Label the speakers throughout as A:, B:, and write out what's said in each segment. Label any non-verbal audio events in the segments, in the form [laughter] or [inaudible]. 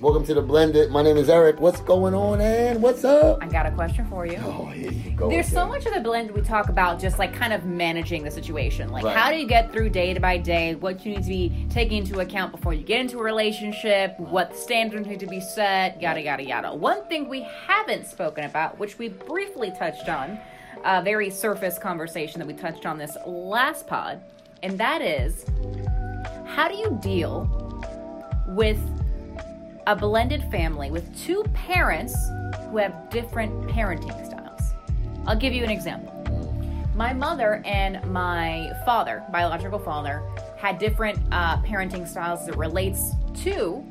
A: Welcome to the Blended. My name is Eric. What's going on, and what's up?
B: I got a question for you.
A: Oh, here you go.
B: There's so
A: again.
B: much of the blend we talk about just like kind of managing the situation. Like
A: Right.
B: how do you get through day to by day, what you need to be taking into account before you get into a relationship, what standards need to be set, yada yada yada. One thing we haven't spoken about, which we briefly touched on, a very surface conversation that we touched on this last pod, and that is how do you deal with a blended family with two parents who have different parenting styles. I'll give you an example. My mother and my father, biological father, had different uh, parenting styles as it relates to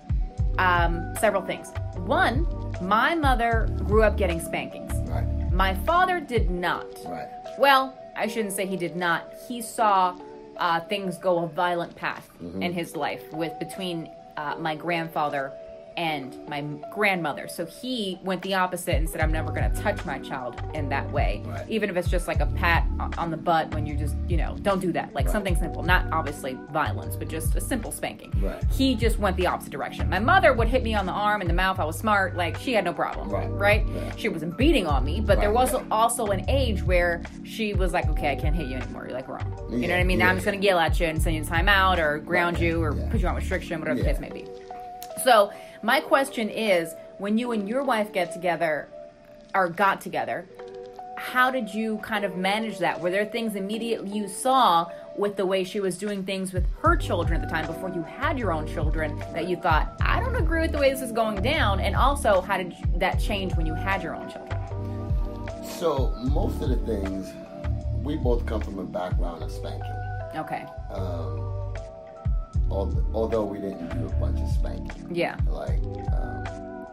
B: um, several things. One, my mother grew up getting spankings.
A: Right.
B: My father did not.
A: Right.
B: Well, I shouldn't say he did not. He saw uh, things go a violent path
A: Mm-hmm.
B: in his life with between uh, my grandfather and my m- grandmother. So he went the opposite and said, "I'm never going to touch my child in that way,
A: Right.
B: even if it's just like a pat o- on the butt when you just, you know, don't do that. Like something simple, not obviously violence, but just a simple spanking."
A: Right.
B: He just went the opposite direction. My mother would hit me on the arm and the mouth. I was smart, like she had no problem,
A: Right.
B: right?
A: Yeah.
B: She wasn't beating on me, but there
A: Right,
B: was
A: right.
B: also an age where she was like, okay, I can't hit you anymore. You're like wrong. You know
A: Yeah,
B: what I mean?
A: yeah,
B: Now I'm just going to yell at you and send you to timeout or ground
A: Right,
B: you or
A: yeah.
B: put you on restriction, whatever
A: Yeah.
B: the case may be. So, my question is when you and your wife get together or got together, how did you kind of manage that? Were there things immediately you saw with the way she was doing things with her children at the time before you had your own children that you thought, I don't agree with the way this is going down? And also, how did that change when you had your own children?
A: So most of the things we both come from a background of spanking.
B: Okay.
A: Um, al- although we didn't do a bunch of spanking,
B: Yeah. [laughs]
A: like um,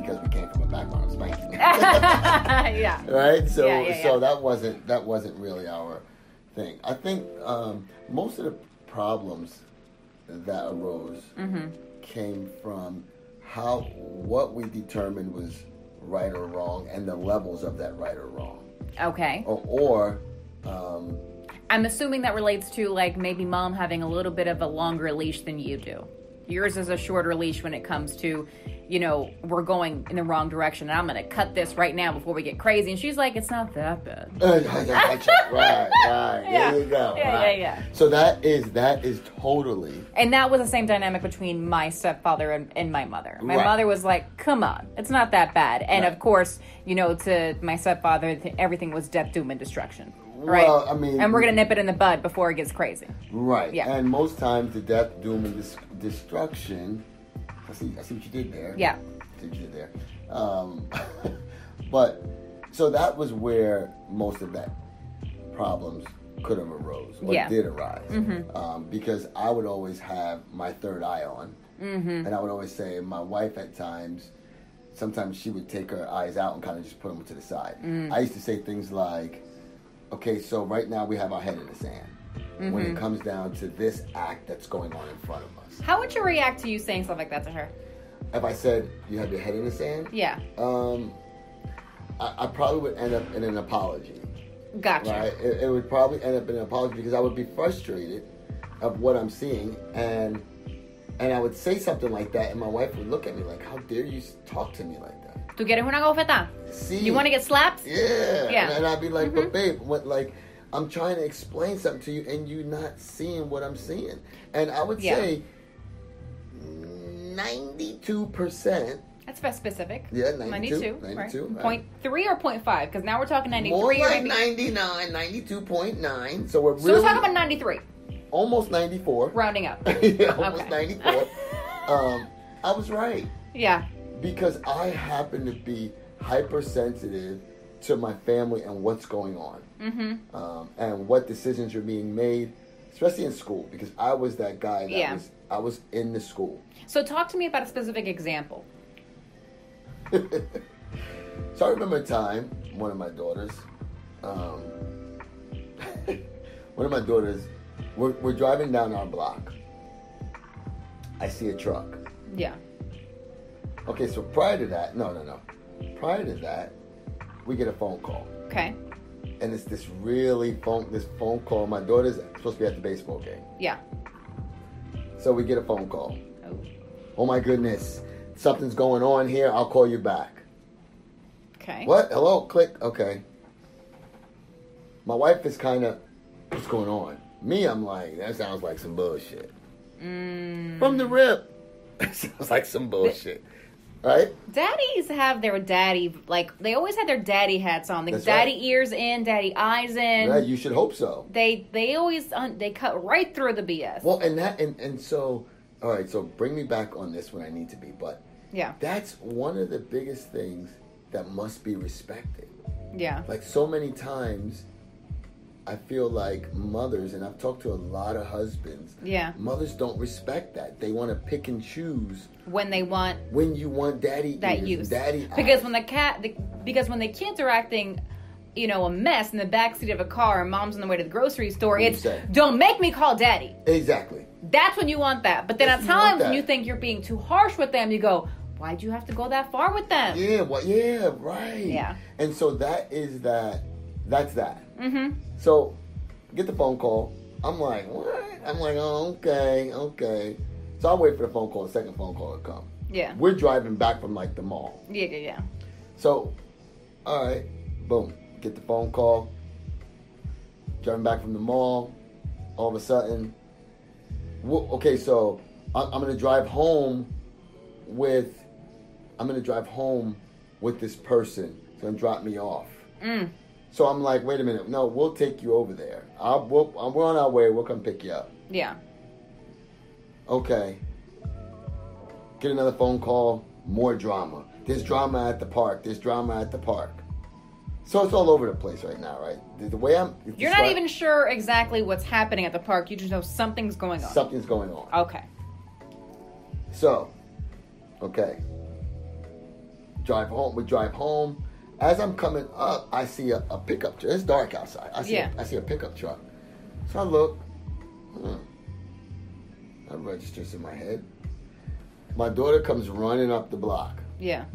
A: because we came from a background of spanking. [laughs]
B: [laughs] yeah.
A: right? So
B: Yeah, yeah,
A: so
B: yeah.
A: that wasn't that wasn't really our thing. I think um, most of the problems that arose
B: Mm-hmm.
A: came from how what we determined was right or wrong and the levels of that right or wrong,
B: Okay.
A: or, or um, [laughs]
B: I'm assuming that relates to like maybe mom having a little bit of a longer leash than you do. Yours is a shorter leash when it comes to, you know, we're going in the wrong direction and I'm going to cut this right now before we get crazy. And she's like, it's not that bad.
A: right, right,
B: [laughs] Yeah.
A: there you go.
B: Yeah, yeah,
A: right.
B: yeah.
A: So that is that is totally
B: And that was the same dynamic between my stepfather and, and my mother. My
A: Right.
B: mother was like, come on, it's not that bad. And
A: Right.
B: of course, you know, to my stepfather, th- everything was death, doom, and destruction. Right?
A: Well, I mean-
B: and we're going to nip it in the bud before it gets crazy.
A: Right.
B: Yeah.
A: And most times the death, doom, and dis- destruction. I see. I see what you did there.
B: Yeah.
A: I see what you did there. Um, [laughs] but so that was where most of that problems could have arose or
B: Yeah.
A: did arise um, because I would always have my third eye on, and I would always say my wife at times. Sometimes she would take her eyes out and kind of just put them to the side. I used to say things like, okay, so right now we have our head in the sand when it comes down to this act that's going on in front of us.
B: How would you react to you saying stuff like that to her?
A: If I said you have your head in the sand,
B: Yeah.
A: um, I, I probably would end up in an apology,
B: Gotcha.
A: right? It, it would probably end up in an apology because I would be frustrated of what I'm seeing, and and I would say something like that, and my wife would look at me like, "How dare you s- talk to me like that?"
B: ¿Tú quieres una gofeta?
A: See,
B: You want to get slapped?
A: Yeah.
B: Yeah. Mm-hmm.
A: And, and I'd be like, but babe, what like I'm trying to explain something to you and you not seeing what I'm seeing. And I would
B: Yeah.
A: say ninety-two percent
B: That's very specific.
A: Yeah, 92,
B: 92, right.
A: 92, right.
B: Point three or point five? Because now we're talking ninety-three.
A: more
B: or
A: like
B: 90.
A: 99, 92.9. So we're
B: So
A: really
B: we're talking about ninety-three,
A: almost 94. [laughs]
B: rounding up.
A: yeah, almost
B: Okay. [laughs]
A: 94. um, I was right.
B: yeah.
A: because I happen to be hypersensitive to my family and what's going on, mm-hmm. um, and what decisions are being made, especially in school. Because I was that guy that
B: Yeah.
A: was I was in the school.
B: So talk to me about a specific example.
A: [laughs] So I remember a time one of my daughters, um, [laughs] one of my daughters, we're, we're driving down our block. I see a truck.
B: Yeah.
A: Okay, so prior to that, no, no, no. Prior to that, we get a phone call.
B: Okay.
A: and it's this really phone this phone call. My daughter's supposed to be at the baseball game,
B: Yeah.
A: so we get a phone call.
B: Oh.
A: oh my goodness, something's going on here. I'll call you back.
B: Okay.
A: What? Hello? Click. Okay. My wife is kind of, what's going on? Me, I'm like, that sounds like some bullshit.
B: Mm,
A: From the rip, [laughs] it sounds like some bullshit, right?
B: Daddies have their daddy like they always had their daddy hats on. Like
A: That's
B: daddy
A: right.
B: ears in, daddy eyes in.
A: Yeah, you should hope so.
B: They they always un- they cut right through the BS.
A: Well, and that, and and so, all right. So bring me back on this when I need to be, but
B: yeah.
A: that's one of the biggest things that must be respected.
B: Yeah.
A: like so many times i feel like mothers and i've talked to a lot of husbands
B: Yeah.
A: mothers don't respect that they want to pick and choose
B: When they want
A: when you want daddy
B: that
A: ears,
B: use.
A: daddy
B: because
A: eyes.
B: when the cat the, because when the kids are acting you know, a mess in the backseat of a car and mom's on the way to the grocery store,
A: do you
B: it's
A: say?
B: don't make me call daddy.
A: exactly
B: That's when you want that. But then
A: That's
B: at
A: when you want
B: times when
A: that.
B: you think you're being too harsh with them, you go, Why'd you have to go that far with them?
A: yeah what yeah right
B: Yeah.
A: and so that is that that's that
B: Mm-hmm.
A: So, get the phone call. I'm like, what? I'm like, oh, okay, okay. So I wait for the phone call. The second phone call to come.
B: Yeah.
A: We're driving back from like the mall.
B: Yeah, yeah, yeah.
A: So, all right, boom. Get the phone call. Driving back from the mall. All of a sudden, wo- okay. So I- I'm gonna drive home with. I'm gonna drive home with this person. It's gonna drop me off.
B: Mm.
A: So I'm like, wait a minute, no, we'll take you over there. I'll, we'll, uh, we're on our way. We'll come pick you up.
B: Yeah.
A: Okay. Get another phone call. More drama. There's drama at the park. There's drama at the park. So it's all over the place right now, right? The, the way I'm, it's
B: You're not
A: like
B: even sure exactly what's happening at the park. You just know something's going on.
A: Something's going on.
B: okay.
A: So, okay. Drive home. We drive home. As I'm coming up, I see a, a pickup truck. It's dark outside. I see.
B: Yeah.
A: A, I see a pickup truck. So I look. Hmm. That registers in my head. My daughter comes running up the block.
B: Yeah.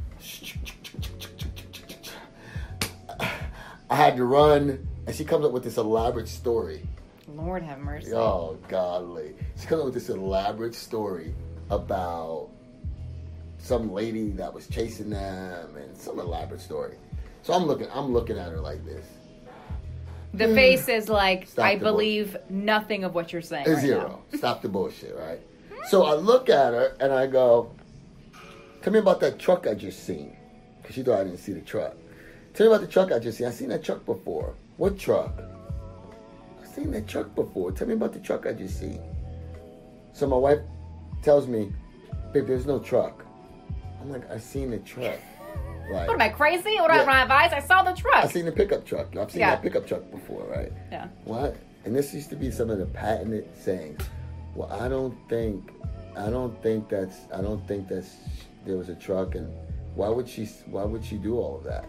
A: I had to run, and she comes up with this elaborate story.
B: Lord have mercy.
A: Oh, golly. She comes up with this elaborate story about some lady that was chasing them and some elaborate story. So I'm looking I'm looking at her like this.
B: The face is like,
A: Stop
B: I
A: the boy.
B: believe nothing of what you're saying.
A: It's
B: right
A: zero.
B: [laughs]
A: Stop the bullshit, right? So I look at her and I go, Tell me about that truck I just seen. Because she thought I didn't see the truck. Tell me about the truck I just seen. I seen that truck before. What truck? I seen that truck before. Tell me about the truck I just seen. So my wife tells me, Babe, there's no truck. I'm like, I seen the
B: [laughs]
A: truck. Like,
B: Now. What am I crazy? What
A: Yeah.
B: am I advised? I saw the truck.
A: I seen the pickup truck. I've seen
B: Yeah.
A: that pickup truck before, right?
B: yeah.
A: What? And this used to be some of the patented sayings. Well, I don't think, I don't think that's, I don't think that's. There was a truck, and why would she? Why would she do all of that?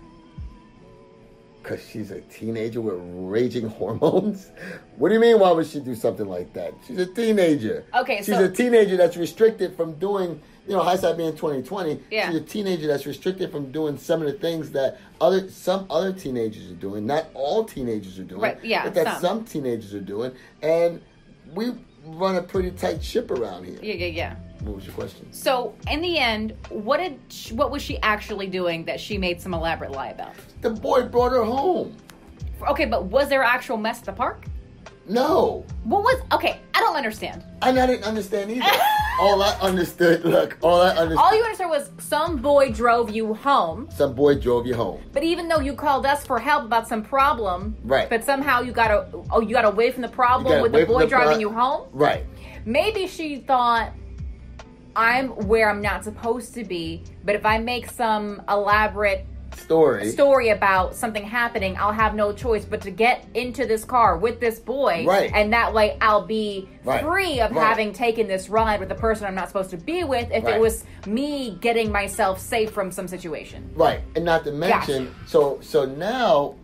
A: Cause she's a teenager with raging [laughs] hormones. What do you mean? Why would she do something like that? She's a teenager.
B: Okay,
A: She's
B: so-
A: a teenager that's restricted from doing. You know, high side being twenty twenty.
B: Yeah.
A: She's a teenager that's restricted from doing some of the things that other some other teenagers are doing. Not all teenagers are doing doing,
B: Right, yeah,
A: but that
B: some.
A: some. teenagers are doing, and we run a pretty tight ship around here.
B: Yeah, yeah, yeah.
A: What was your question?
B: So, in the end, what did she, what was she actually doing that she made some elaborate lie about?
A: The boy brought her home.
B: Okay, but was there actual mess at the park?
A: No,
B: What was Okay, I don't understand.
A: and I didn't understand
B: [laughs]
A: either. all I understood, look, all I understood.
B: All you understood was some boy drove you home.
A: some boy drove you home.
B: But even though you called us for help about some problem,
A: Right.
B: But somehow you got a, oh you got away from the
A: You
B: problem
A: got
B: with the
A: away from
B: boy
A: the
B: driving
A: pro-
B: you home.
A: Right.
B: Maybe she thought I'm where I'm not supposed to be, but if I make some elaborate
A: Story.
B: story about something happening, I'll have no choice but to get into this car with this boy,
A: Right.
B: And that way I'll be
A: Right.
B: free of
A: Right.
B: having taken this ride with the person I'm not supposed to be with. If it
A: Right.
B: was me getting myself safe from some situation,
A: Right, and not to mention,
B: Gotcha.
A: so so now,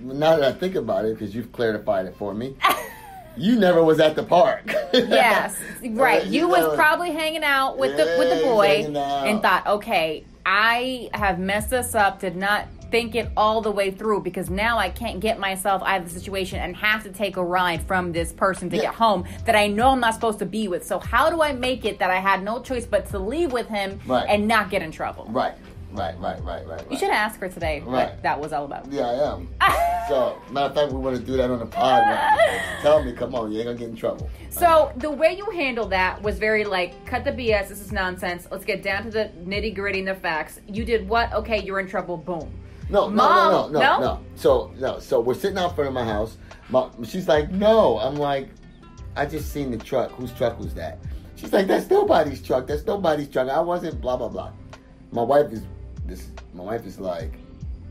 A: now that I think about it, because you've clarified it for
B: [laughs]
A: me, you never was at the park. [laughs]
B: yes, right.
A: Uh,
B: you was
A: know,
B: probably hanging out with the with the
A: Yeah,
B: boy
A: hanging out.
B: and thought, okay, I have messed this up. Did not think it all the way through because now I can't get myself out of the situation and have to take a ride from this person to
A: Yeah.
B: get home that I know I'm not supposed to be with. So how do I make it that I had no choice but to leave with him
A: Right.
B: and not get in trouble?
A: Right, right, right, right, right.
B: You
A: right.
B: should ask her today what
A: Right.
B: that was all about.
A: Yeah, I am.
B: [laughs]
A: so, matter of fact, we want to do that on the pod. Right? Tell me, come on, you ain't gonna get in trouble.
B: So the way you handled that was very like cut the BS. This is nonsense. Let's get down to the nitty gritty and the facts. You did what? Okay, you're in trouble. Boom.
A: No, no,
B: Mom,
A: no, no, no,
B: no?
A: no, So no, so we're sitting out front of my house. My, she's like, no. I'm like, I just seen the truck. Whose truck was that? She's like, that's nobody's truck. That's nobody's truck. I wasn't. Blah blah blah. My wife is this. My wife is like,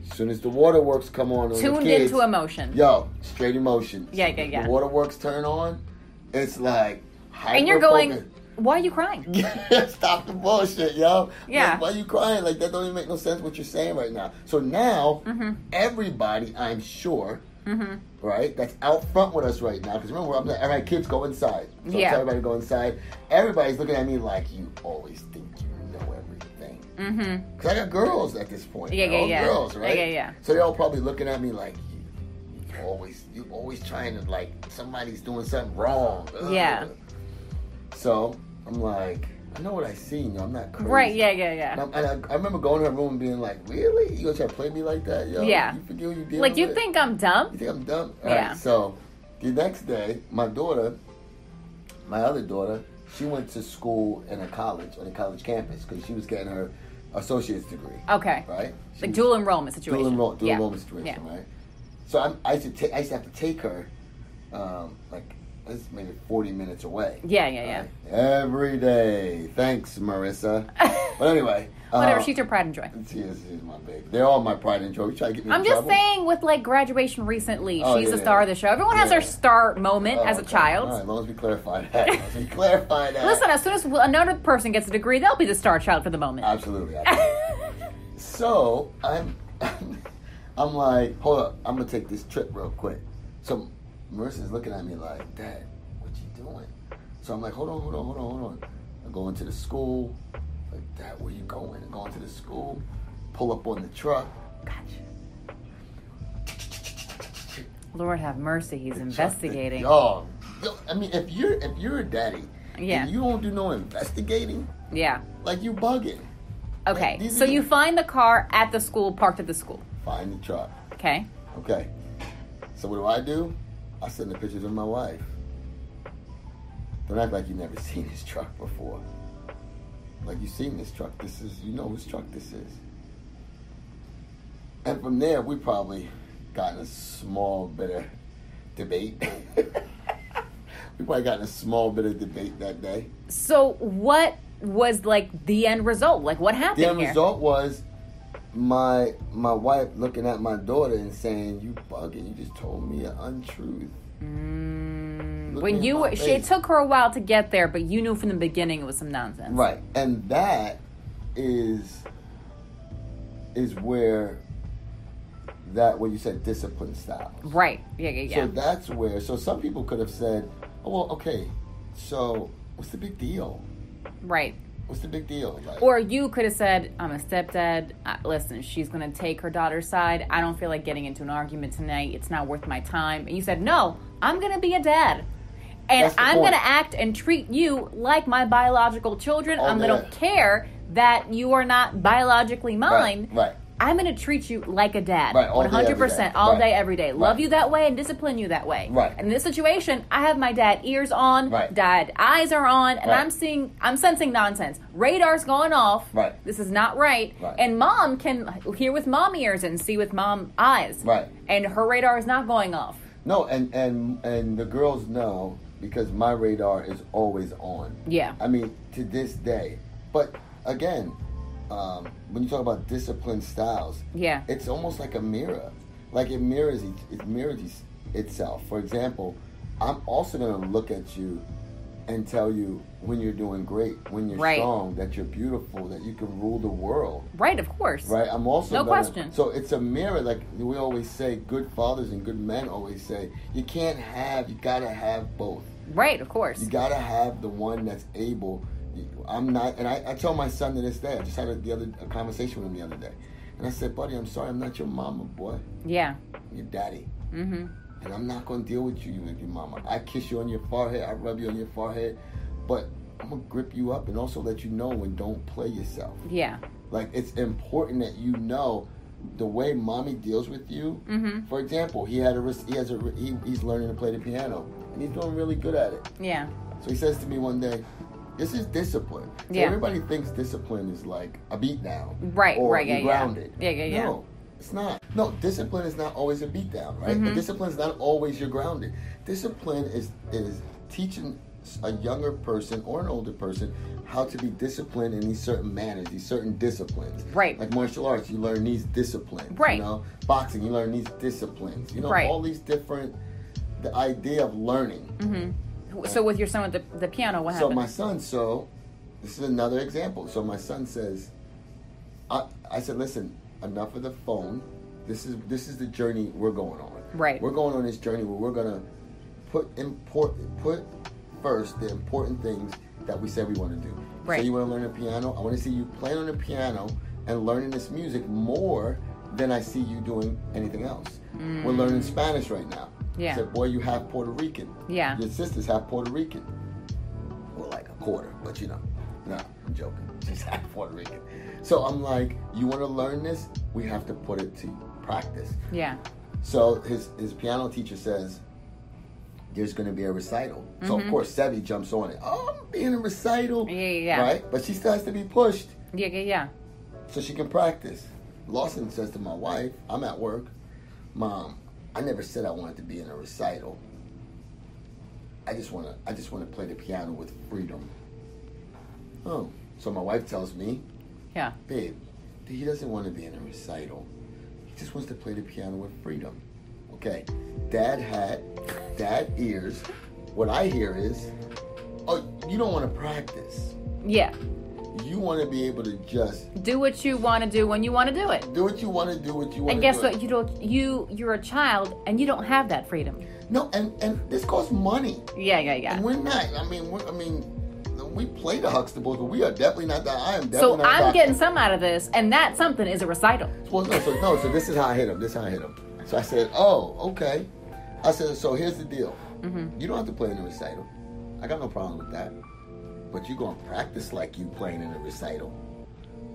A: as soon as the waterworks come on, on the
B: Tuned
A: kids,
B: into emotion.
A: Yo, straight emotion.
B: Yeah, yeah, yeah.
A: The waterworks turn on. It's like,
B: And you're going.
A: hyper-focused.
B: Why are you crying?
A: [laughs] Stop the bullshit, yo.
B: Yeah.
A: Like, why you crying? Like that don't even make no sense what you're saying right now. So now
B: Mm-hmm.
A: everybody, I'm sure, right, that's out front with us right now. Because remember, I'm like, all right, kids, go inside. So
B: Yeah.
A: it's everybody to go inside. Everybody's looking at me like you always think you know everything.
B: Mm-hmm.
A: Because I got girls at this point.
B: Yeah,
A: They're
B: yeah,
A: all
B: yeah.
A: Girls,
B: Yeah,
A: right?
B: yeah, yeah.
A: So they're all probably looking at me like, you, you always, you always trying to like somebody's doing something wrong. Ugh.
B: Yeah.
A: So I'm like, I know what I seen. yo. I'm not crazy.
B: Right. Yeah. Yeah.
A: And,
B: Yeah.
A: I'm- and I, I remember going to her room and being like, really? You gonna try to play me like that? Yo?
B: Yeah.
A: You forget what you did?
B: Like you think I'm
A: You
B: dumb?
A: think I'm dumb? All
B: Yeah.
A: right, so the next day, my daughter, my other daughter, she went to school in a college on a college campus because she was getting her associate's degree.
B: Okay.
A: Right. She
B: Like
A: was-
B: dual enrollment situation.
A: dual enroll, dual
B: yeah.
A: enrollment situation, right? So I'm, I used to ta- I used to have to take her, um, like this is maybe forty minutes away.
B: Yeah. Yeah. Yeah.
A: right? Every day. Thanks,
B: [laughs]
A: Marissa. but anyway,
B: Whatever.
A: um,
B: she's your pride and joy.
A: She is, she's my baby. They're all my pride and joy. You try to get me in
B: I'm just
A: trouble?
B: saying, with like graduation recently,
A: Oh,
B: she's
A: yeah,
B: the star
A: yeah.
B: of the show. Everyone has
A: Yeah.
B: their star moment
A: Oh,
B: as a
A: okay.
B: child.
A: All right, as long as we clarify [laughs] that. As we clarify that.
B: Listen, as soon as another person gets a degree, they'll be the star child for the moment.
A: Absolutely. absolutely. so I'm, [laughs] I'm like, hold up, I'm gonna take this trip real quick. So Marissa's looking at me like, Dad, what you doing? So I'm like, hold on, hold on, hold on, hold on. I go into the school. Like, Dad, where you going? I go into the school. Pull up on the truck. Gotcha.
B: Lord have mercy, he's investigating.
A: Y'all, yo, I mean, if you're if you're a daddy,
B: Yeah.
A: and you don't do no investigating,
B: Yeah.
A: like you bugging.
B: Okay.
A: These
B: So
A: are the-
B: you find the car at the school, parked at the school.
A: Find the truck.
B: Okay.
A: Okay. So what do I do? I send the pictures of my wife. Don't act like you never [laughs] seen this truck before. Like you seen this truck. This is you know whose truck this is. And from there we probably got in a small bit of debate. [laughs] we probably got in a small bit of debate that day.
B: So what was like the end result? Like what happened
A: The end
B: here?
A: result was my my wife looking at my daughter and saying, You bugging, you just told me an untruth.
B: Mm,
A: Look
B: when
A: in
B: you
A: my
B: were, she, it
A: face.
B: took her a while to get there, but you knew from the beginning it was some nonsense.
A: Right. And that is is where that what you said discipline styles.
B: Right. Yeah. Yeah. Yeah.
A: So that's where so some people could have said, Oh well, okay, so what's the big deal?
B: right.
A: What's the big deal? Like
B: Or you could have said, I'm a stepdad. Uh, listen, she's going to take her daughter's side. I don't feel like getting into an argument tonight. It's not worth my time. And you said, No, I'm going to be a dad. And
A: That's the
B: I'm going
A: point.
B: to act and treat you like my biological children.
A: All
B: I'm going
A: day.
B: to care that you are not biologically mine.
A: right, right.
B: I'm going to treat you like a dad.
A: Right, all day, every
B: 100%
A: day.
B: all
A: Right.
B: day, every day. Love
A: Right.
B: you that way and discipline you that way.
A: Right.
B: In this situation, I have my dad ears on,
A: Right.
B: dad eyes are on, and
A: Right.
B: I'm seeing, I'm sensing nonsense. Radar's going off.
A: Right.
B: This is not right.
A: Right.
B: And mom can hear with mom ears and see with mom eyes.
A: Right.
B: And her radar is not going off.
A: No, and and and the girls know because my radar is always on.
B: Yeah.
A: I mean, to this day. But again, um, when you talk about discipline styles,
B: Yeah.
A: it's almost like a mirror. Like it mirrors each, it mirrors each- itself. For example, I'm also going to look at you and tell you when you're doing great, when you're
B: Right.
A: strong, that you're beautiful, that you can rule the world.
B: right, of course.
A: Right, I'm also
B: No
A: gonna-
B: question.
A: So it's a mirror, like we always say. Good fathers and good men always say, you can't have, you gotta have both.
B: Right, of course.
A: You gotta have the one that's able. I'm not, and I, I tell my son to this day. I just had a, the other a conversation with him the other day. And I said, buddy, I'm sorry, I'm not your mama, boy.
B: Yeah.
A: I'm your daddy.
B: Mm-hmm.
A: And I'm not gonna deal with you with your mama. I kiss you on your forehead, I rub you on your forehead, but I'm gonna grip you up and also let you know and don't play yourself.
B: Yeah.
A: Like it's important that you know the way mommy deals with you.
B: Mm-hmm.
A: For example, he had a ris- he has a ri- he, he's learning to play the piano and he's doing really good at it.
B: Yeah.
A: So he says to me one day, "This is discipline." So
B: Yeah.
A: everybody thinks discipline is like a beat down,
B: Right,
A: Or
B: right,
A: you
B: yeah, yeah.
A: grounded.
B: Yeah, yeah, yeah.
A: No, it's not. No, discipline is not always a beat down, right?
B: Mm-hmm.
A: But discipline is not always you're grounded. Discipline is is teaching a younger person or an older person how to be disciplined in these certain manners, these certain disciplines.
B: Right.
A: Like martial arts, you learn these disciplines.
B: Right.
A: You know, boxing, you learn these disciplines. You know,
B: Right.
A: all these different. The idea of learning.
B: Mm-hmm. So with your son with the, the piano, what
A: So
B: happened?
A: my son, so this is another example. So my son says, I, I said, listen, enough of the phone. This is this is the journey we're going on.
B: Right.
A: We're going on this journey where we're gonna put important put first the important things that we said we want to do.
B: Right.
A: So you want to learn the piano? I want to see you playing on the piano and learning this music more than I see you doing anything else. We're learning Spanish right now.
B: Mm. Yeah.
A: I said, boy, you half Puerto Rican.
B: Yeah.
A: Your sister's half Puerto Rican. Well, like a quarter, but you know. No, I'm joking. [laughs] She's half Puerto Rican. So I'm like, you want to learn this? We have to put it to practice.
B: yeah.
A: So his, his piano teacher says, there's going to be a recital. So of course, Sevi jumps on it. Oh, I'm being a recital.
B: Mm-hmm. Yeah, yeah, yeah.
A: Right? But she still has to be pushed
B: Yeah. Yeah. Yeah.
A: so she can practice. Lawson says to my wife, I'm at work, Mom, I never said I wanted to be in a recital. I just wanna I just wanna play the piano with freedom. Oh. So my wife tells me,
B: Yeah.
A: Babe, he doesn't want to be in a recital. He just wants to play the piano with freedom. Okay. Dad hat, dad ears. What I hear is, oh, you don't want to practice.
B: Yeah.
A: You want to be able to just
B: Do what you want to do when you want to do it.
A: do what you want to do, what you want
B: And
A: to
B: guess
A: do.
B: what? You don't. You you're a child, and you don't have that freedom.
A: No, and and this costs money.
B: Yeah. Yeah. Yeah.
A: And we're not. I mean, we're, I mean, we play the Huxtables, but we are definitely not that. I am definitely
B: So
A: not
B: I'm
A: that-
B: getting some out of this, and that something is a recital.
A: Well, no, so no, so this is how I hit him. This is how I hit him. So I said, "Oh, okay." I said, "So here's the deal.
B: Mm-hmm.
A: You don't have to play in a recital. I got no problem with that. But you're gonna practice like you playing in a recital.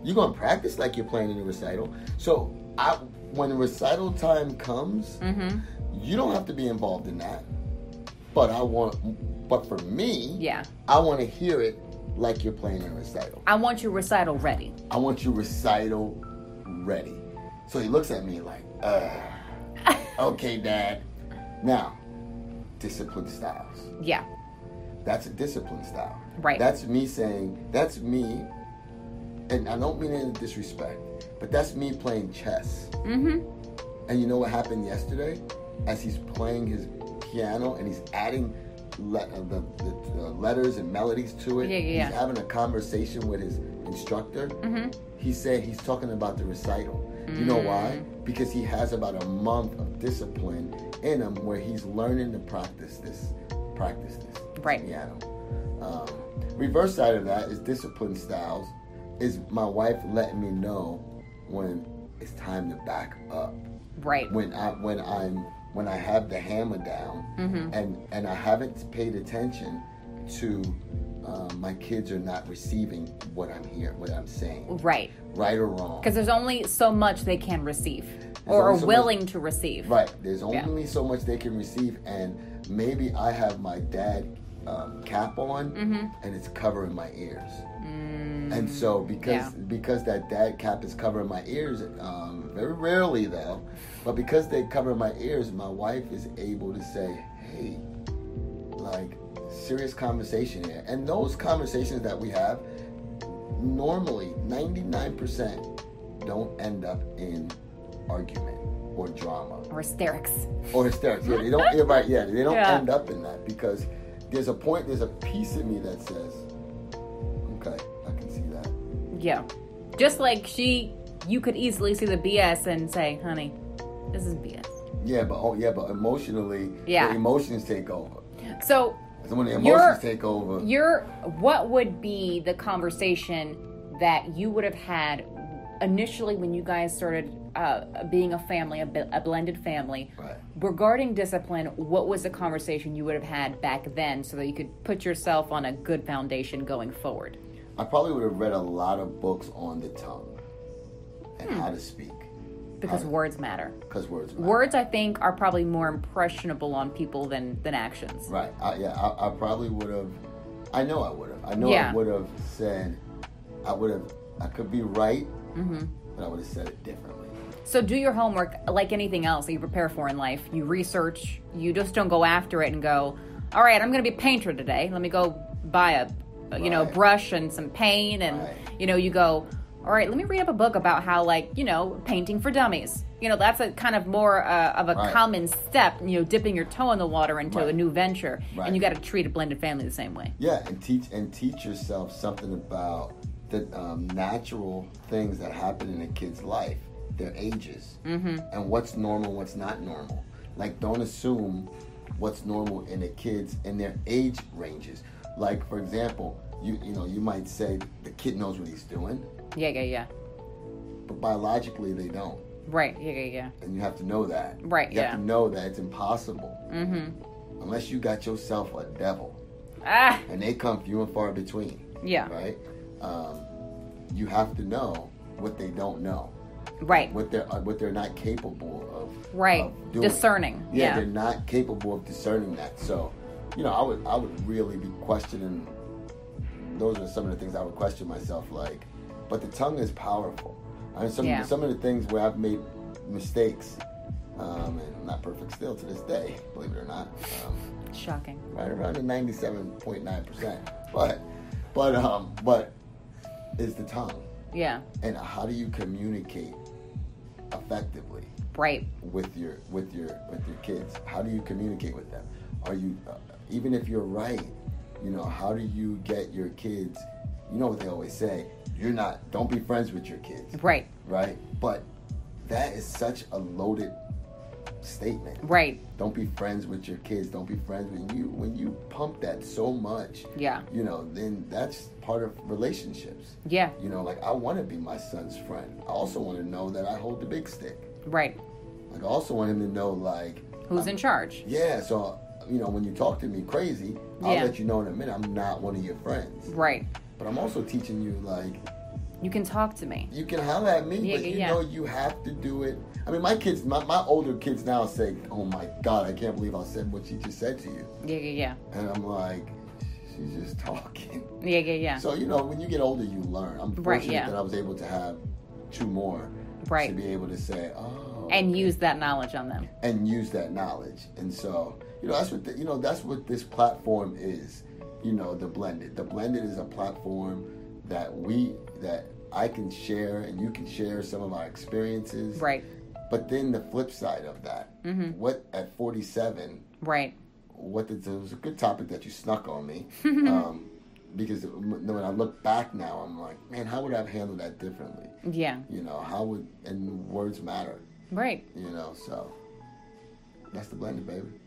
A: You're gonna practice like you're playing in a recital. So I, when recital time comes,
B: Mm-hmm.
A: you don't have to be involved in that. But I want, but for me,
B: Yeah.
A: I want to hear it like you're playing in a recital."
B: I want your recital ready.
A: I want your recital ready. So he looks at me like, uh, okay, dad. Now, discipline styles.
B: Yeah.
A: That's a discipline style.
B: Right.
A: That's me saying, that's me, and I don't mean it in disrespect, but that's me playing chess.
B: Mm-hmm.
A: And you know what happened yesterday? As he's playing his piano and he's adding le- uh, the, the, the letters and melodies to it,
B: Yeah, yeah, Mm-hmm.
A: he's
B: yeah.
A: having a conversation with his instructor. He said he's talking about the recital. You know why?
B: Mm.
A: Because he has about a month of discipline in him where he's learning to practice this, practice this
B: Right.
A: piano. Um, reverse side of that is discipline styles. Is my wife letting me know when it's time to back up?
B: Right.
A: when I when I'm when I have the hammer down and and I haven't paid attention to um, my kids are not receiving what I'm here what I'm saying
B: Right.
A: right or wrong
B: Because there's only so much they can receive, or are
A: only so much-
B: willing to receive.
A: right there's
B: Yeah.
A: only so much they can receive and maybe I have my dad um, cap on and it's covering my ears
B: Mm.
A: and so because
B: yeah.
A: because that dad cap is covering my ears um, very rarely though but because they cover my ears my wife is able to say hey like serious conversation here and those conversations that we have normally 99% don't end up in argument or drama
B: Or hysterics.
A: or hysterics. Yeah, they don't. yeah, right. Yeah, they don't
B: Yeah.
A: end up in that because there's a point. There's a piece in me that says, "Okay, I can see that."
B: Yeah. Just like she, you could easily see the BS and say, honey, this is BS.
A: Yeah, but oh, yeah, but emotionally,
B: Yeah.
A: the emotions take over.
B: So,
A: So when the emotions
B: You're-
A: take over,
B: your what would be the conversation that you would have had initially when you guys started uh, being a family, a, bl- a blended family,
A: Right.
B: regarding discipline, what was the conversation you would have had back then so that you could put yourself on a good foundation going forward?
A: I probably would have read a lot of books on the tongue and
B: Hmm.
A: how to speak
B: Because words matter.
A: because words matter.
B: Words, I think, are probably more impressionable on people than than actions.
A: Right. I, yeah, I, I probably would have. I know I would have. I know
B: Yeah.
A: I would have said. I would have. I could be right,
B: Mm-hmm.
A: but I would have said it differently.
B: So do your homework like anything else that you prepare for in life. You research. You just don't go after it and go, all right, I'm going to be a painter today. Let me go buy a, you know,
A: Right.
B: brush and some paint, and
A: Right.
B: you know, you go. All right, let me read up a book about how, like, you know, painting for dummies. You know, that's a kind of more uh, of a
A: Right.
B: common step. You know, dipping your toe in the water into a
A: Right.
B: new venture,
A: Right.
B: and you got to treat a blended family the same way.
A: Yeah, and teach and teach yourself something about the um, natural things that happen in a kid's life, their ages, mm-hmm. and what's normal, what's not normal. Like, don't assume what's normal in a kid's in their age ranges. Like, for example, you you know you might say the kid knows what he's doing,
B: Yeah, yeah, yeah.
A: but biologically they don't.
B: Right. Yeah, yeah, yeah.
A: and you have to know that.
B: Right,
A: You
B: yeah.
A: have to know that it's impossible. Mm-hmm. Unless you got yourself a devil,
B: Ah.
A: and they come few and far between.
B: Yeah.
A: Right. Um, you have to know what they don't know,
B: Right.
A: what they're uh, what they're not capable of.
B: Right.
A: of doing.
B: Discerning.
A: Yeah,
B: Yeah.
A: they're not capable of discerning that. So, you know, I would I would really be questioning. Those are some of the things I would question myself like, but the tongue is powerful. I mean, some
B: Yeah.
A: some of the things where I've made mistakes, um, and I'm not perfect still to this day, [laughs] believe it or not. Um,
B: Shocking.
A: right around the ninety-seven point nine percent, but but um but is the tongue,
B: Yeah.
A: and how do you communicate effectively?
B: Right.
A: with your with your with your kids how do you communicate with them are you uh, even if you're right you know how do you get your kids you know what they always say you're not don't be friends with your kids
B: Right.
A: right but that is such a loaded statement
B: Right.
A: don't be friends with your kids don't be friends with you when you pump that so much
B: Yeah.
A: you know then that's part of relationships
B: Yeah.
A: you know like i want to be my son's friend i also want to know that i hold the big stick
B: Right.
A: like, I also want him to know, like,
B: Who's in charge?
A: yeah, so, you know, when you talk to me crazy, I'll
B: Yeah.
A: let you know in a minute I'm not one of your friends.
B: Right.
A: But I'm also teaching you, like,
B: You can talk to me.
A: you can holler at me,
B: Yeah,
A: but you
B: yeah.
A: know you have to do it. I mean, my kids, my, my older kids now say, oh my God, I can't believe I said what she just said to you.
B: Yeah. Yeah.
A: And I'm like, she's just [laughs] talking.
B: Yeah. Yeah. Yeah. Yeah.
A: So, you know, when you get older, you learn. I'm fortunate
B: Right, yeah.
A: that I was able to have two more to
B: Right.
A: be able to say, oh.
B: And use that knowledge on them.
A: and use that knowledge. And so, you know, that's what the, you know that's what this platform is. You know, the blended. The blended is a platform that we that I can share and you can share some of our experiences.
B: Right. Mm-hmm.
A: But then the flip side of that, what at 47,
B: Right.
A: what did, it was a good topic that you snuck on me. um, because when I look back now, I'm like, man, how would I have handled that differently?
B: Yeah.
A: You know, how would and words matter?
B: Right.
A: You know, so that's the blended, baby.